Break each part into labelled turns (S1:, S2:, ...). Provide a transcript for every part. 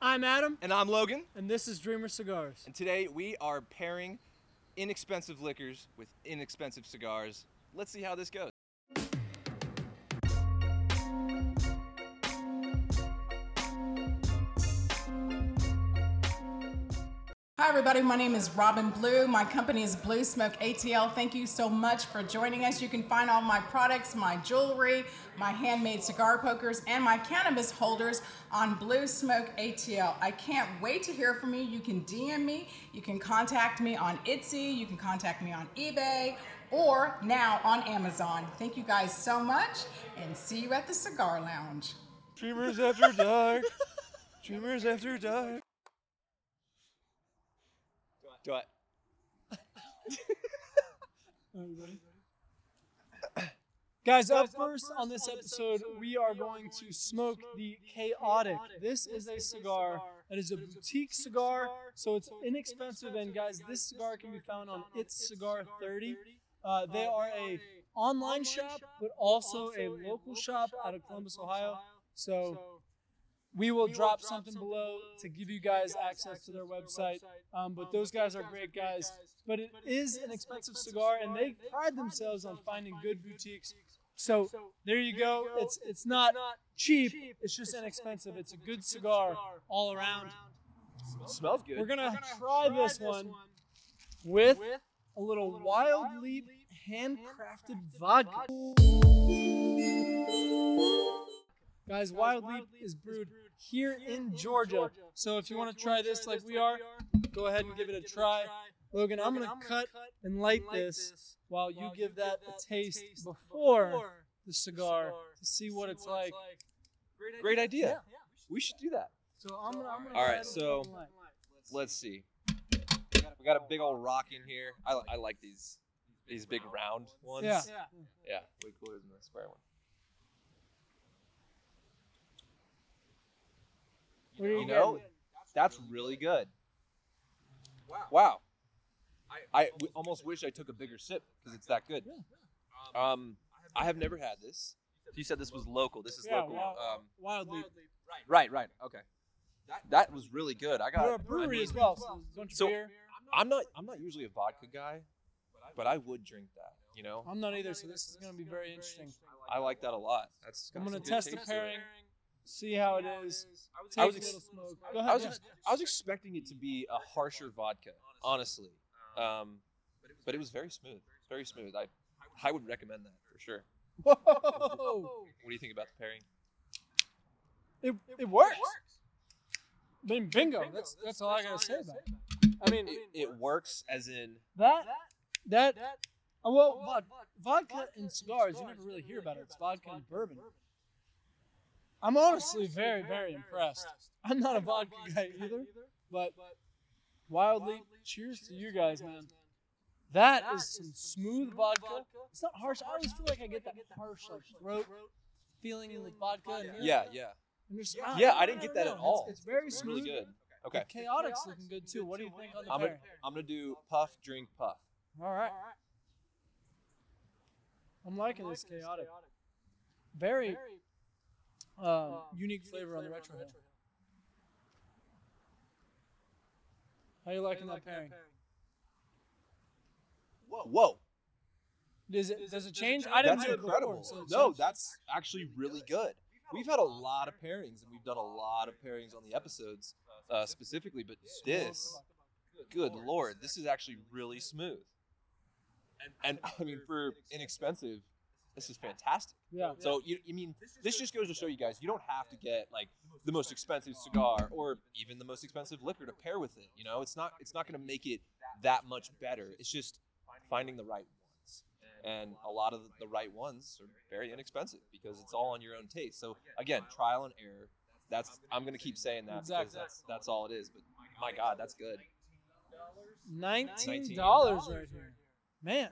S1: I'm Adam,
S2: And I'm Logan.
S1: and this is Dreamer Cigars.
S2: And today we are pairing inexpensive liquors with inexpensive cigars. Let's see how this goes.
S3: Hi, everybody. My name is Robin Blue. My company is Blue Smoke ATL. Thank you so much for joining us. You can find all my products, my jewelry, my handmade cigar pokers, and my cannabis holders on Blue Smoke ATL. I can't wait to hear from you. You can DM me, you can contact me on Etsy, you can contact me on eBay, or now on Amazon. Thank you guys so much, and see you at the Cigar Lounge.
S2: Dreamers after dark. Dreamers after dark. Do I?
S1: Guys, up first on this episode, we are going to smoke the Chaotic. This is a cigar that is a boutique cigar, so it's inexpensive. And guys, this cigar can be found on It's Cigar 30. Uh, they are a online shop, but also a local shop out of Columbus, Ohio. So we will drop something below to give you guys access to their website. Um, but those guys are great guys. But it is an expensive cigar, and they pride themselves on finding good boutiques. So there you go. It's it's not cheap. It's just inexpensive. It's a good cigar all around.
S2: Smells good.
S1: We're gonna try this one with a little Wild Leap handcrafted vodka. Guys, Wild Leap is brewed here in Georgia. So if you want to try this like we are, go ahead and give it a try. Logan, I'm gonna cut and light this while you give that a taste before the cigar to see what it's like.
S2: Great idea. We should do that.
S1: So I'm gonna. I'm gonna
S2: All
S1: go
S2: right,
S1: ahead and
S2: so-
S1: cut and light.
S2: Let's see. We got a big old rock in here. I, I like these these big round ones.
S1: Yeah.
S2: Yeah. Way cooler than the square one.
S1: What do
S2: You know, that's really good. Wow. I w- almost wish I took a bigger sip because it's that good. Um, I have never had this. You said this was local. This is
S1: Yeah,
S2: local.
S1: wow.
S2: Um,
S1: Wild Leap.
S2: right, right. Okay. That was really good. I
S1: You're a
S2: got.
S1: brewery as well, so don't you
S2: So-
S1: beer?
S2: I'm not. I'm not usually a vodka guy, but I would drink that. You know,
S1: I'm not either, so this is gonna be very interesting.
S2: I like that a lot. That's.
S1: I'm
S2: got
S1: gonna
S2: some good
S1: test the
S2: taste to it.
S1: pairing, see how it is.
S2: I
S1: Take
S2: was
S1: a
S2: ex-
S1: little smoke. Go ahead.
S2: I was,
S1: yeah.
S2: ex- I was expecting it to be a harsher vodka, honestly. Um, but it was very smooth, very smooth. I, I would recommend that for sure.
S1: Whoa!
S2: What do you think about the pairing?
S1: It, it works. I mean, bingo. That's that's all I gotta say about it. I mean,
S2: It, it works, as in
S1: that that. uh, Well, vod- vodka and cigars, you never really hear about it. It's vodka and bourbon. I'm honestly very, very impressed. I'm not a vodka guy either, but wildly, cheers to you guys, man. That is some smooth vodka. It's not harsh. I always feel like I get that harsh like throat feeling in the vodka. and really-
S2: yeah, yeah,
S1: I'm just- I-
S2: Yeah, I didn't
S1: don't
S2: get that
S1: know.
S2: at all.
S1: It's, it's very
S2: it's
S1: smooth.
S2: really good. Okay,
S1: Chaotic's looking good too. What do you think on the
S2: I'm gonna
S1: pair?
S2: I'm gonna do puff, drink, puff.
S1: All right. I'm liking this chaotic. Very um, unique flavor on the retro hill. How you liking that pairing?
S2: Whoa, whoa,
S1: Does it does it change? I didn't
S2: that's
S1: do it before,
S2: incredible.
S1: so it
S2: No,
S1: changed.
S2: that's actually really good. We've had a lot of pairings, and we've done a lot of pairings on the episodes uh, specifically, but this. good lord, this is actually really smooth. And I mean, for inexpensive, this is fantastic.
S1: yeah.
S2: So you, you mean this just goes to show you guys, you don't have to get like the most expensive cigar or even the most expensive liquor to pair with it. You know, it's not it's not going to make it that much better. It's just finding the right ones, and a lot of the right ones are very inexpensive because it's all on your own taste. So again, trial and error. That's I'm going to keep saying that because
S1: Exactly.
S2: that's that's all it is. But my God, that's good.
S1: Nineteen dollars right here, man.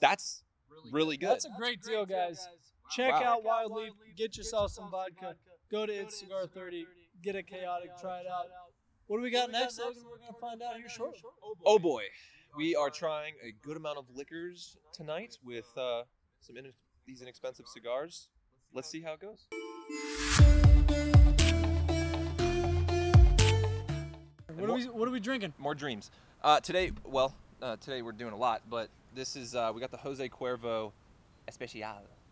S2: That's really good.
S1: That's a great deal, guys. Check
S2: Wow.
S1: out Wild Leaf. Get yourself some vodka. Go to It's Cigar 30. Get a chaotic. Try it out. What do we got next, Logan? We're gonna find out here shortly.
S2: oh boy, we are trying a good amount of liquors tonight with uh, some in- these inexpensive cigars. Let's see how it goes.
S1: we what are we drinking?
S2: More dreams. Uh, today, well, uh, today we're doing a lot, but this is uh, we got the Jose Cuervo Especial.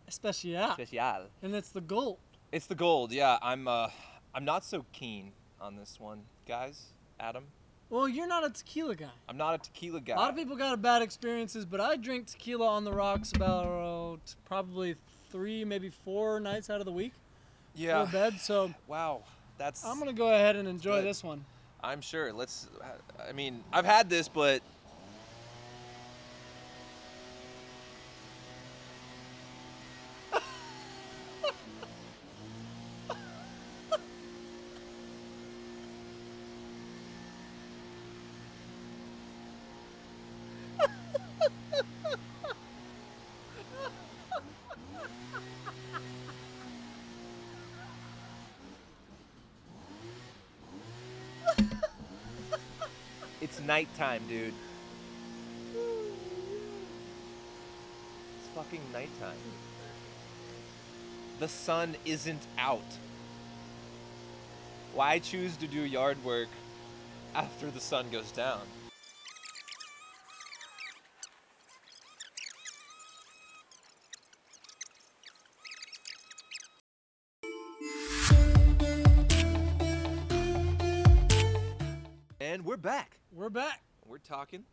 S1: Especial.
S2: Especial.
S1: And it's the gold.
S2: It's the gold. Yeah, I'm. Uh, I'm not so keen on this one, guys. Adam,
S1: Well, you're not a tequila guy.
S2: I'm not a tequila guy.
S1: A lot of people got bad experiences, but I drink tequila on the rocks about uh, probably three, maybe four nights out of the week.
S2: Yeah.
S1: Before bed, so
S2: Wow. That's.
S1: I'm gonna go ahead and enjoy
S2: Good.
S1: this one.
S2: I'm sure. Let's. I mean, I've had this, but it's nighttime, dude. It's fucking nighttime. The sun isn't out. Why choose to do yard work after the sun goes down? And we're back.
S1: We're back.
S2: We're talking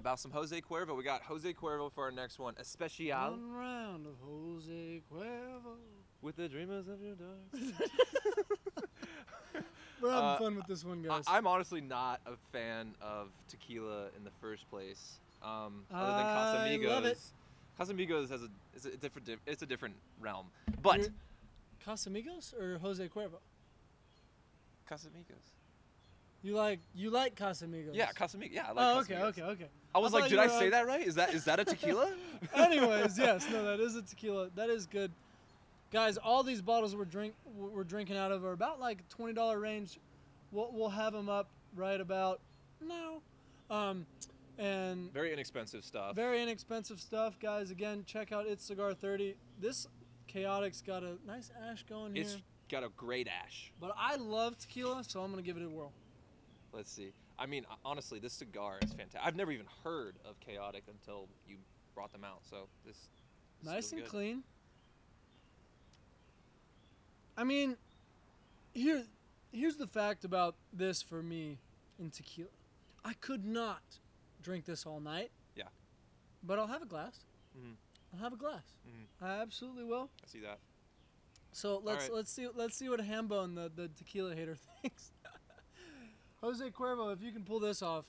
S2: about some Jose Cuervo. We got Jose Cuervo for our next one, Especial
S1: One round of Jose Cuervo.
S2: Mm. with the Dreamers of Your Dark.
S1: We're having
S2: Uh,
S1: fun with this one, guys.
S2: I- I'm honestly not a fan of tequila in the first place. Um, other than
S1: I
S2: Casamigos,
S1: love it.
S2: Casamigos has a it's a different di- it's a different realm. But
S1: You're- Casamigos or Jose Cuervo?
S2: Casamigos,
S1: You like you like Casamigos?
S2: yeah, Casamigos, yeah. I like
S1: oh, okay,
S2: Casamigos.
S1: okay, okay.
S2: I was
S1: I
S2: like,
S1: thought
S2: did
S1: you
S2: I
S1: were
S2: say
S1: like-
S2: that right? Is that is that a tequila?
S1: Anyways, yes, no, that is a tequila. That is good. Guys, all these bottles we're drink we're drinking out of are about like twenty dollar range. We'll we'll have them up right about now, um, and
S2: Very inexpensive stuff.
S1: very inexpensive stuff, guys. Again, check out it's cigar thirty. This chaotic's got a nice ash going here,
S2: it's got a great ash.
S1: but I love tequila, so I'm gonna give it a whirl.
S2: Let's see. I mean, honestly, this cigar is fantastic. I've never even heard of Chaotic until you brought them out. So this. this
S1: nice
S2: feels
S1: and
S2: good.
S1: clean. I mean, here, here's the fact about this for me in tequila. I could not drink this all night.
S2: Yeah.
S1: But I'll have a glass.
S2: Mhm.
S1: I'll have a glass.
S2: Mhm.
S1: I absolutely will.
S2: I see that.
S1: So let's
S2: right.
S1: let's see let's see what Hambone the, the tequila hater thinks. Jose Cuervo, if you can pull this off,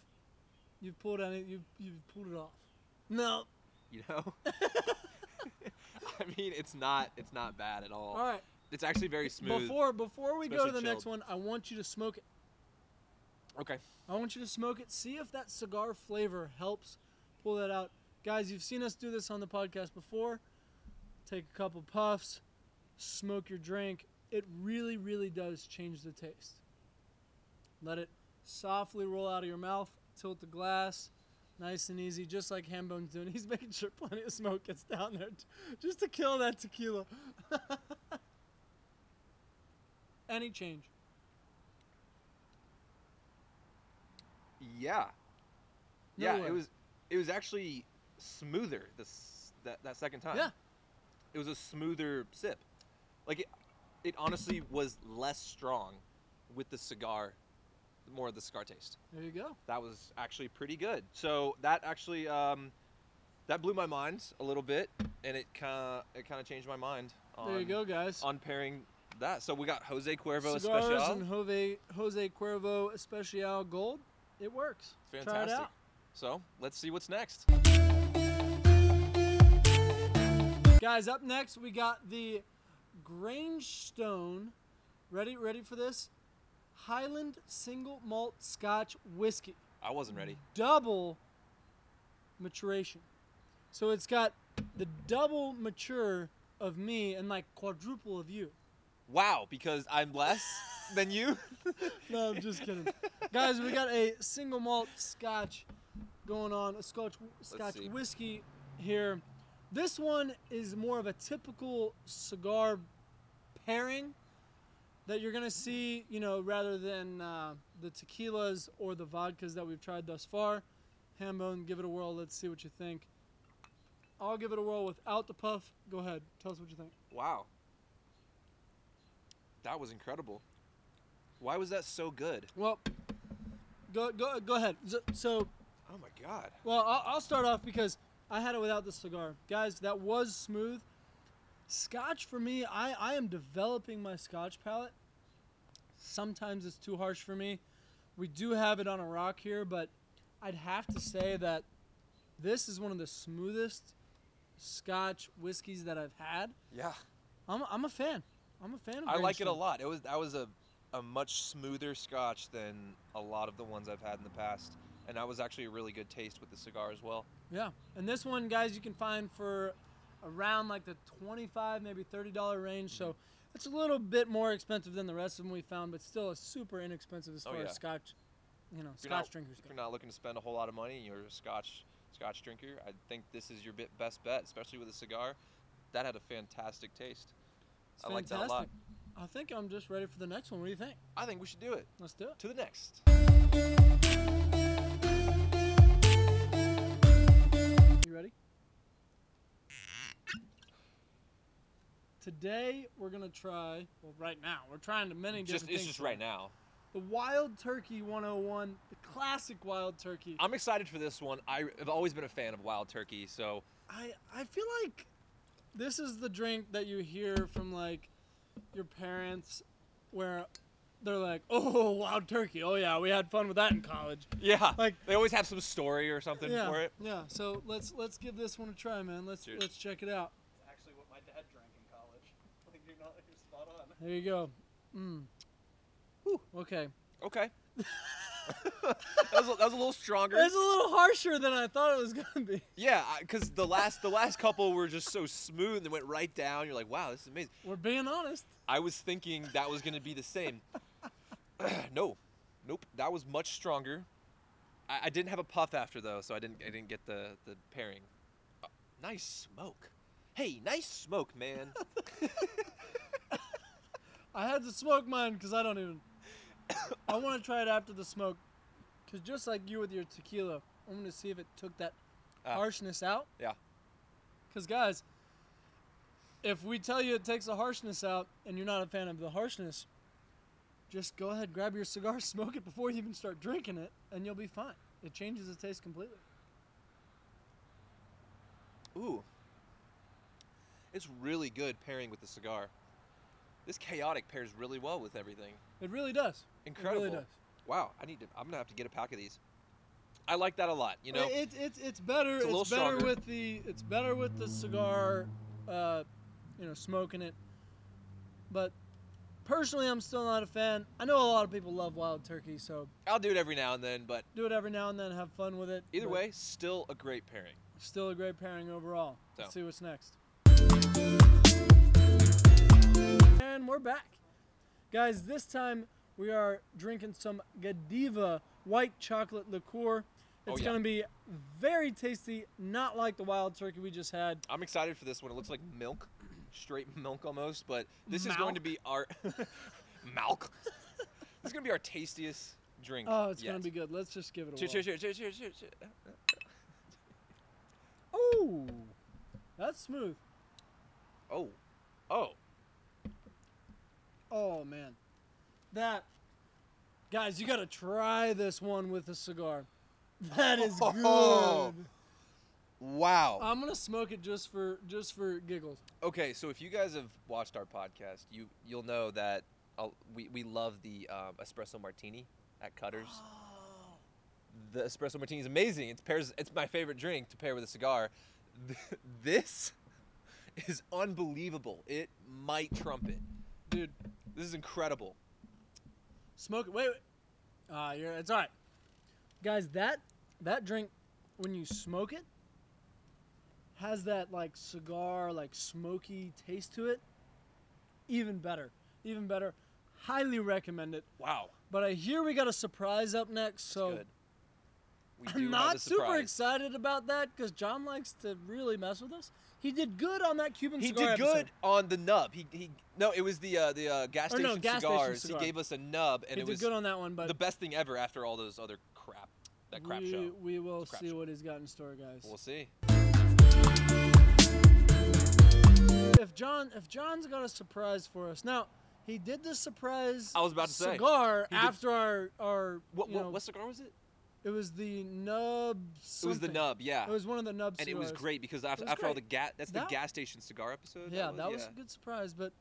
S1: you've pulled any you've you've pulled it off. No.
S2: You know. I mean, it's not. It's not bad at all.
S1: All right.
S2: It's actually very smooth.
S1: Before before we go to the
S2: Especially
S1: next
S2: chilled.
S1: one, I want you to smoke it.
S2: okay.
S1: I want you to smoke it. See if that cigar flavor helps pull that out. Guys, you've seen us do this on the podcast before. Take a couple puffs, smoke your drink. It really, really does change the taste. Let it softly roll out of your mouth. Tilt the glass, nice and easy, just like Hambone's doing. He's making sure plenty of smoke gets down there, t- just to kill that tequila. Any change?
S2: Yeah.
S1: No
S2: yeah.
S1: way.
S2: It was. It was actually smoother this that, that second time.
S1: Yeah.
S2: It was a smoother sip. Like it. It honestly was less strong with the cigar, more of the cigar taste.
S1: There you go.
S2: that was actually pretty good. So that actually um, that blew my mind a little bit, and it kind of it kind of changed my mind. On,
S1: There you go, guys.
S2: On pairing that, so we got Jose Cuervo
S1: Cigars
S2: Especial.
S1: and Jose, Jose Cuervo Especial Gold. It works. Try it
S2: Fantastic.
S1: out.
S2: So let's see what's next.
S1: Guys, up next we got the Grangestone. Ready, ready for this? Highland Single Malt Scotch Whiskey.
S2: I wasn't ready.
S1: double maturation. So it's got the double mature of me and like quadruple of you.
S2: Wow, because I'm less than you.
S1: No, I'm just kidding. Guys, we got a single malt scotch going on, a scotch scotch
S2: see.
S1: whiskey here. This one is more of a typical cigar pairing. that you're gonna see, you know, rather than uh, the tequilas or the vodkas that we've tried thus far. Hambone, give it a whirl. Let's see what you think. I'll give it a whirl without the puff. Go ahead. Tell us what you think.
S2: Wow. That was incredible. Why was that so good?
S1: Well, go go go ahead. So, so
S2: Oh my god.
S1: well, I'll, I'll start off because I had it without the cigar, guys. That was smooth. Scotch for me, I I am developing my Scotch palate. Sometimes it's too harsh for me. We do have it on a rock here, but I'd have to say that this is one of the smoothest Scotch whiskeys that I've had.
S2: Yeah.
S1: I'm I'm a fan. I'm a fan. of
S2: I like it a
S1: Greenstone.
S2: lot. It was that was a a much smoother scotch than a lot of the ones I've had in the past. And that was actually a really good taste with the cigar as well.
S1: Yeah, and this one, guys, you can find for around like the twenty-five, maybe thirty-dollar range. So it's a little bit more expensive than the rest of them we found, but still a super inexpensive as
S2: Oh,
S1: far
S2: yeah.
S1: as Scotch, you know,
S2: If you're not-
S1: Scotch drinkers
S2: If
S1: go.
S2: you're not looking to spend a whole lot of money and you're a Scotch Scotch drinker, I think this is your bit best bet, especially with a cigar. That had a fantastic taste.
S1: It's
S2: I like that a lot.
S1: fantastic. I think I'm just ready for the next one. What do you think?
S2: I think we should do it.
S1: Let's do it.
S2: To the next.
S1: You ready? Today we're gonna try. Well, right now we're trying to many different
S2: Just
S1: things.
S2: it's just right now.
S1: The Wild Turkey 101, the classic Wild Turkey.
S2: I'm excited for this one. I have always been a fan of wild turkey, so
S1: I I feel like this is the drink that you hear from like your parents where they're like, "Oh, wild turkey. Oh yeah, we had fun with that in college."
S2: yeah.
S1: Like-
S2: they always have some story or something
S1: yeah.
S2: for it.
S1: Yeah. So let's let's give this one a try, man. Let's
S2: Dude.
S1: let's check it out.
S4: actually what my dad drank in college. Like you're not you're spot on.
S1: There you go. Mm. Okay.
S2: Okay. that, was a, that was a little stronger.
S1: It's a little harsher than I thought it was going to be.
S2: Yeah, because the last the last couple were just so smooth and went right down. You're like, wow, this is amazing.
S1: We're being honest.
S2: I was thinking that was gonna be the same. no, nope, that was much stronger. I, I didn't have a puff after though, so I didn't I didn't get the the pairing. Uh, nice smoke. Hey, nice smoke, man.
S1: I had to smoke mine because I don't even. I want to try it after the smoke, because just like you with your tequila, I'm gonna see if it took that
S2: Ah.
S1: harshness out.
S2: Yeah.
S1: Because guys, if we tell you it takes the harshness out and you're not a fan of the harshness, just go ahead, grab your cigar, smoke it before you even start drinking it, and you'll be fine. It changes the taste completely.
S2: Ooh. It's really good pairing with the cigar. This chaotic pairs really well with everything.
S1: It really does.
S2: Incredible.
S1: It really does.
S2: Wow, I need to. I'm gonna have to get a pack of these. I like that a lot. You know,
S1: it, it, it's better.
S2: It's
S1: It's,
S2: a little
S1: better
S2: stronger.
S1: with the it's better with the cigar, uh, you know, smoking it. But personally, I'm still not a fan. I know a lot of people love wild turkey, so
S2: I'll do it every now and then, but
S1: do it every now and then. Have fun with it.
S2: either
S1: but
S2: way, still a great pairing.
S1: still a great pairing overall. Let's
S2: So.
S1: see what's next. And we're back, guys. This time we are drinking some Godiva white chocolate liqueur.
S2: Oh,
S1: It's
S2: yeah.
S1: gonna be very tasty, not like the wild turkey we just had.
S2: I'm excited for this one. It looks like milk, straight milk almost, but this is going to be our milk. this is gonna be our tastiest drink.
S1: Oh, it's
S2: yet.
S1: gonna be good. Let's just give it a
S2: Cheers!
S1: whirl.
S2: Cheers! Cheers! Cheers! Cheers! Cheers! cheers.
S1: Oh, that's smooth.
S2: Oh, oh,
S1: Oh man, that guys, you gotta try this one with a cigar. That is
S2: Oh.
S1: good.
S2: wow.
S1: I'm gonna smoke it just for just for giggles.
S2: Okay, so if you guys have watched our podcast, you you'll know that I'll, we we love the um, espresso martini at Cutters.
S1: Oh.
S2: The espresso martini is amazing. It pairs. It's my favorite drink to pair with a cigar. Th- This is unbelievable. It might trump it.
S1: Dude,
S2: This is incredible.
S1: smoke it. Wait, wait. Ah, you're it's all right, guys. That that drink when you smoke it has that like cigar like smoky taste to it. Even better, even better. Highly recommend it.
S2: Wow.
S1: But I hear we got a surprise up next, so
S2: Good. We do
S1: I'm
S2: have a
S1: not super
S2: surprise.
S1: excited about that because John likes to really mess with us. He did good on that Cuban
S2: He
S1: cigar
S2: did good
S1: episode.
S2: on the nub. He, he no, it was the uh, the uh, gas
S1: Or
S2: station
S1: no, gas station
S2: cigars.
S1: cigar.
S2: He gave us a nub, and
S1: He
S2: it
S1: did
S2: was
S1: good on that one, but
S2: the best thing ever after all those other crap that crap
S1: we,
S2: show.
S1: we will
S2: Crap
S1: see
S2: show.
S1: what he's got in store, guys.
S2: We'll see.
S1: if John, if John's got a surprise for us now, he did the surprise.
S2: I was about to say.
S1: cigar
S2: He did-
S1: after our our.
S2: What,
S1: you know,
S2: what, what cigar was it?
S1: It was the nub.
S2: It was the
S1: something.
S2: nub, yeah.
S1: It was one of the nub
S2: and it was
S1: cigars.
S2: great because after,
S1: was
S2: after all the
S1: great.
S2: gas, that's
S1: That-
S2: the gas station cigar episode.
S1: Yeah, that was a good surprise, but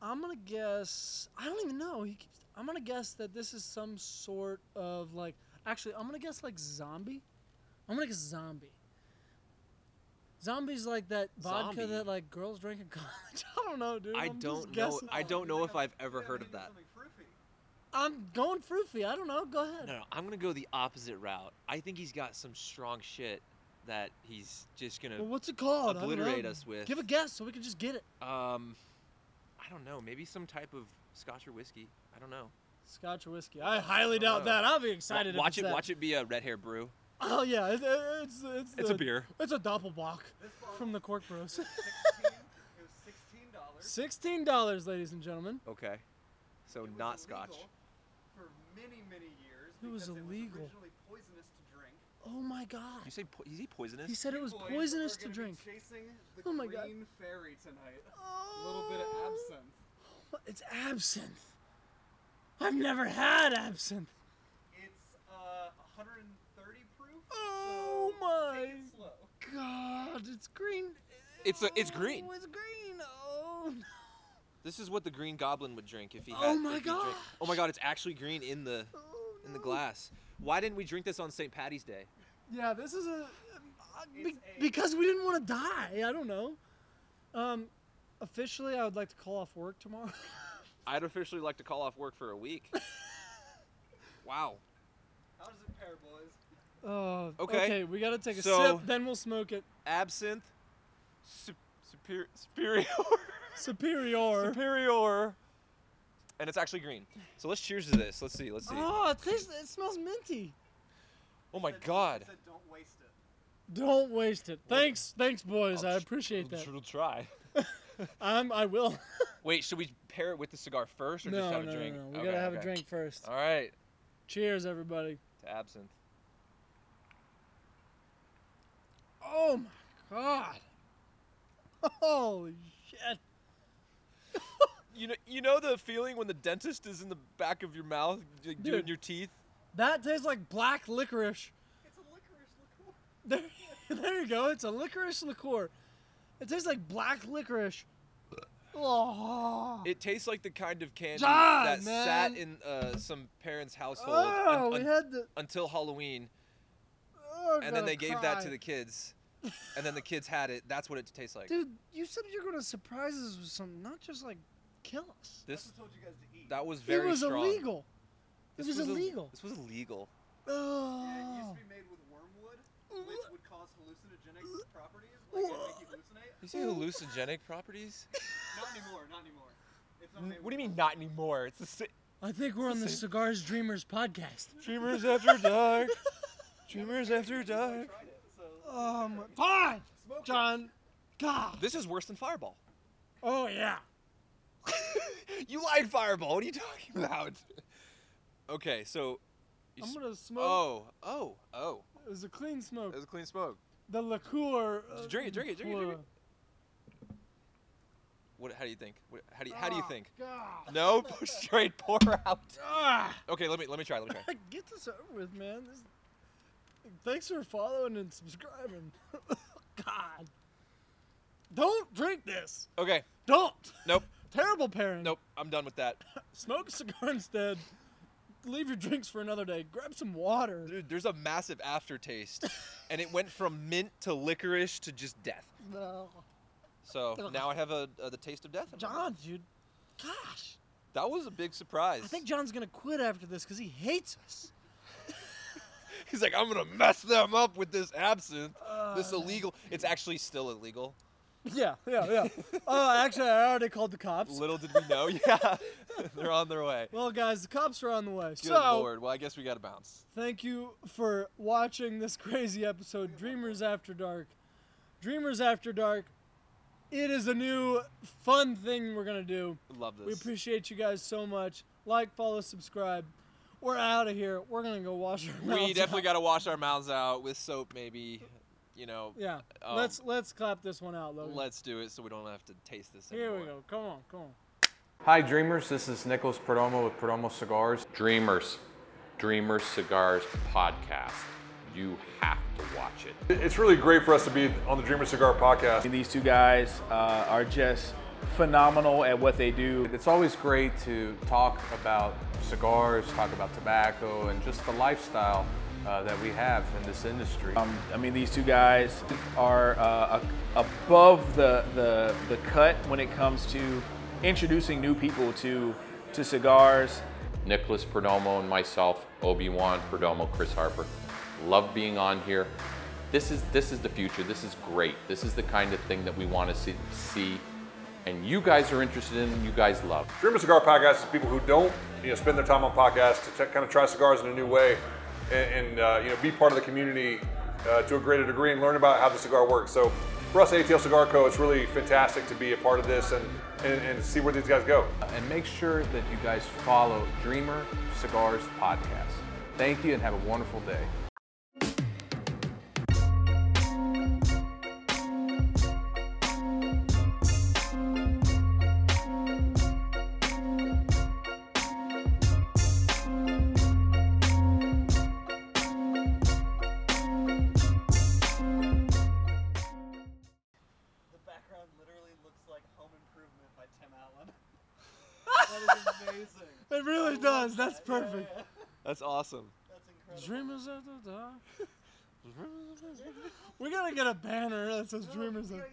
S1: I'm gonna guess. I don't even know. He keeps. I'm gonna guess that this is some sort of like. Actually, I'm gonna guess like zombie. I'm gonna guess zombie. Zombie's like that vodka
S2: Zombie?
S1: that like girls drink in college. I don't know, dude.
S2: I
S1: I'm just
S2: don't know.
S1: guessing.
S2: I don't know if I've ever
S4: Yeah,
S2: heard
S4: we
S2: of
S4: need
S2: that.
S4: something fruity.
S1: I'm going fruity. I don't know. Go ahead.
S2: No, no, I'm gonna go the opposite route. I think he's got some strong shit that he's just gonna.
S1: Well, what's it called? I don't
S2: Obliterate
S1: know.
S2: us with-
S1: Give a guess so we can just get it.
S2: Um, I don't know. Maybe some type of Scotch or whiskey. I don't know.
S1: Scotch or whiskey? I highly doubt
S2: know.
S1: that. I'll be excited.
S2: watch it.
S1: if it's that.
S2: Watch it be a red hair brew.
S1: Oh yeah, it, it- it's it's
S2: It's a
S1: the-
S2: beer.
S1: It's a doppelbock
S4: This bottle
S1: from the Cork Bros.
S4: was 16 it was sixteen dollars.
S1: Sixteen dollars, ladies and gentlemen.
S2: Okay. So not Scotch.
S4: For many many years.
S1: It was
S4: because
S1: illegal.
S4: It was originally poisonous to drink.
S1: Oh my
S2: You
S1: God.
S2: say po- is he poisonous?
S1: He said it was
S4: Boys,
S1: poisonous to
S4: we're gonna be
S1: drink.
S4: Chasing
S1: Oh
S4: the green
S1: my God. Oh.
S4: fairy tonight. A little bit of
S1: absinthe.
S4: absinthe.
S1: Oh, It's absinthe. I've never had absinthe.
S4: It's uh, 130 proof.
S1: Oh
S4: so
S1: my
S4: Take it slow.
S1: God, it's green.
S2: It's a- it's green.
S1: Oh, it's green. Oh. no.
S2: This is what the Green Goblin would drink if he
S1: Oh
S2: had.
S1: my
S2: if he drank- Oh my
S1: gosh.
S2: god! It's actually green in the
S1: Oh,
S2: in the
S1: no.
S2: glass. Why didn't we drink this on St. Patty's Day?
S1: Yeah, this is a, uh, be-
S4: It's a-
S1: because we didn't want to die. I don't know. Um, officially, I would like to call off work tomorrow.
S2: I'd officially like to call off work for a week. wow.
S4: How does it pair, boys?
S1: Oh,
S2: Okay.
S1: we gotta take a
S2: So-
S1: sip, then we'll smoke it.
S2: Absinthe. Sup- superior. Superior.
S1: Superior.
S2: superior. And it's actually green. So let's cheers to this. Let's see. Let's see.
S1: Oh, it, tastes, it smells minty.
S2: Oh my
S4: It said-
S2: god.
S4: It said don't waste it.
S1: Don't waste it. Thanks, thanks, boys.
S2: I'll
S1: I
S2: tr-
S1: appreciate
S2: We'll
S1: that.
S2: tr- we'll try.
S1: I'm, I will.
S2: Wait, should we pair it with the cigar first or
S1: no,
S2: just
S1: no,
S2: have
S1: no,
S2: a drink?
S1: no. We
S2: Okay,
S1: gotta have a
S2: okay.
S1: drink first.
S2: All right.
S1: Cheers, everybody.
S2: To absinthe.
S1: Oh my god. Holy shit.
S2: You know, you know the feeling when the dentist is in the back of your mouth like, doing
S1: Dude.
S2: your teeth?
S1: That tastes like black licorice.
S4: It's a licorice liqueur.
S1: There, there you go. It's a licorice liqueur. It tastes like black licorice. Oh.
S2: It tastes like the kind of candy
S1: John,
S2: that sat
S1: man.
S2: in uh, some parents' household un-
S1: oh, we
S2: un-
S1: had the.
S2: until Halloween,
S1: Oh,
S2: and then
S1: gotta
S2: they gave that to
S1: cry.
S2: the kids, and then the kids had it. That's what it tastes like.
S1: Dude, you said you're gonna surprise us with something, not just like kill us.
S2: This
S4: That's what I told you guys to eat.
S2: that was very
S1: it was
S2: strong.
S1: illegal. It was,
S2: a-
S1: illegal.
S2: this was illegal.
S4: Yeah, it used
S1: Oh.
S4: to be made with wormwood,
S1: Ooh.
S4: which would cause hallucinogenic properties, like it'd make you hallucinate.
S2: You say hallucinogenic properties?
S4: Not anymore. Not anymore. It's not
S2: what
S4: made
S2: do
S4: with
S2: you mean not anymore? It's the si-
S1: I think we're on the Cigars Dreamers podcast.
S2: Dreamers After Dark. Dreamers After
S4: wormwood. I
S2: Dark.
S4: tried it, so
S1: Oh
S4: Um,
S1: my God,
S4: Smoke
S1: John, God.
S2: This is worse than Fireball.
S1: Oh yeah.
S2: you like Fireball. What are you talking about? okay, so. you
S1: I'm
S2: s-
S1: gonna smoke.
S2: oh, oh, oh.
S1: It was a clean smoke.
S2: That was a clean smoke.
S1: The liqueur. uh,
S2: Just drink it, drink it, drink it, drink it. What? How do you think? What, how do you, How
S1: Ah.
S2: do you think?
S1: God.
S2: No, push straight, pour out.
S1: Ah.
S2: Okay, let me let me try. Let me try.
S1: Get this over with, man. This... Thanks for following and subscribing. God. Don't drink this.
S2: Okay,
S1: Don't.
S2: nope,
S1: Terrible pairing.
S2: nope. I'm done with that.
S1: Smoke a cigar instead. Leave your drinks for another day. Grab some water.
S2: Dude, there's a massive aftertaste, and it went from mint to licorice to just death.
S1: No.
S2: So now I have a, a the taste of death. in my
S1: John,
S2: mouth.
S1: dude. Gosh.
S2: that was a big surprise.
S1: I think John's going to quit after this because he hates us.
S2: He's like, I'm gonna mess them up with this absinthe, this
S1: Uh,
S2: illegal. It's actually still illegal.
S1: Yeah, yeah, yeah. Oh, actually, I already called the cops.
S2: Little did we know. Yeah, they're on their way.
S1: Well, guys, the cops are on the way.
S2: Good
S1: so,
S2: lord. Well, I guess we gotta bounce.
S1: thank you for watching this crazy episode, Dreamers After Dark. Dreamers After Dark. It is a new fun thing we're gonna do.
S2: Love this.
S1: We appreciate you guys so much. Like, follow, subscribe. We're out of here. We're gonna go wash our mouths.
S2: we definitely
S1: out.
S2: got to wash our mouths out with soap, maybe. You know,
S1: Yeah.
S2: Um,
S1: let's let's clap this one out, Logan.
S2: let's do it so we don't have to taste this.
S1: Here we
S2: anymore.
S1: go. Come on, come on.
S5: Hi, Dreamers. This is Nicholas Perdomo with Perdomo Cigars.
S6: Dreamers, Dreamers Cigars podcast. You have to watch it.
S7: It's really great for us to be on the Dreamer Cigar podcast.
S8: These two guys uh, are just phenomenal at what they do.
S5: It's always great to talk about cigars, talk about tobacco, and just the lifestyle uh, that we have in this industry.
S8: Um, I mean, these two guys are uh, a- above the, the the cut when it comes to introducing new people to to cigars.
S6: Nicholas Perdomo and myself, Obi Wan Perdomo, Chris Harper. Love being on here. This is this is the future. This is great. This is the kind of thing that we want to see, see and you guys are interested in. and You guys love.
S7: Dreamer Cigar podcast is people who don't, you know, spend their time on podcasts to t- kind of try cigars in a new way, and, and uh, you know, be part of the community uh, to a greater degree and learn about how the cigar works. So, for us, at ATL Cigar Co, it's really fantastic to be a part of this and and, and see where these guys go.
S5: And make sure that you guys follow Dreamer Cigars podcast. Thank you, and have a wonderful day.
S4: The background literally looks like Home Improvement by Tim Allen. that is amazing.
S1: It really does. That's
S4: Yeah, yeah,
S1: perfect.
S4: yeah.
S2: That's awesome.
S4: That's incredible.
S1: Dreamers After Dark. we gotta get a banner that says Dreamers After.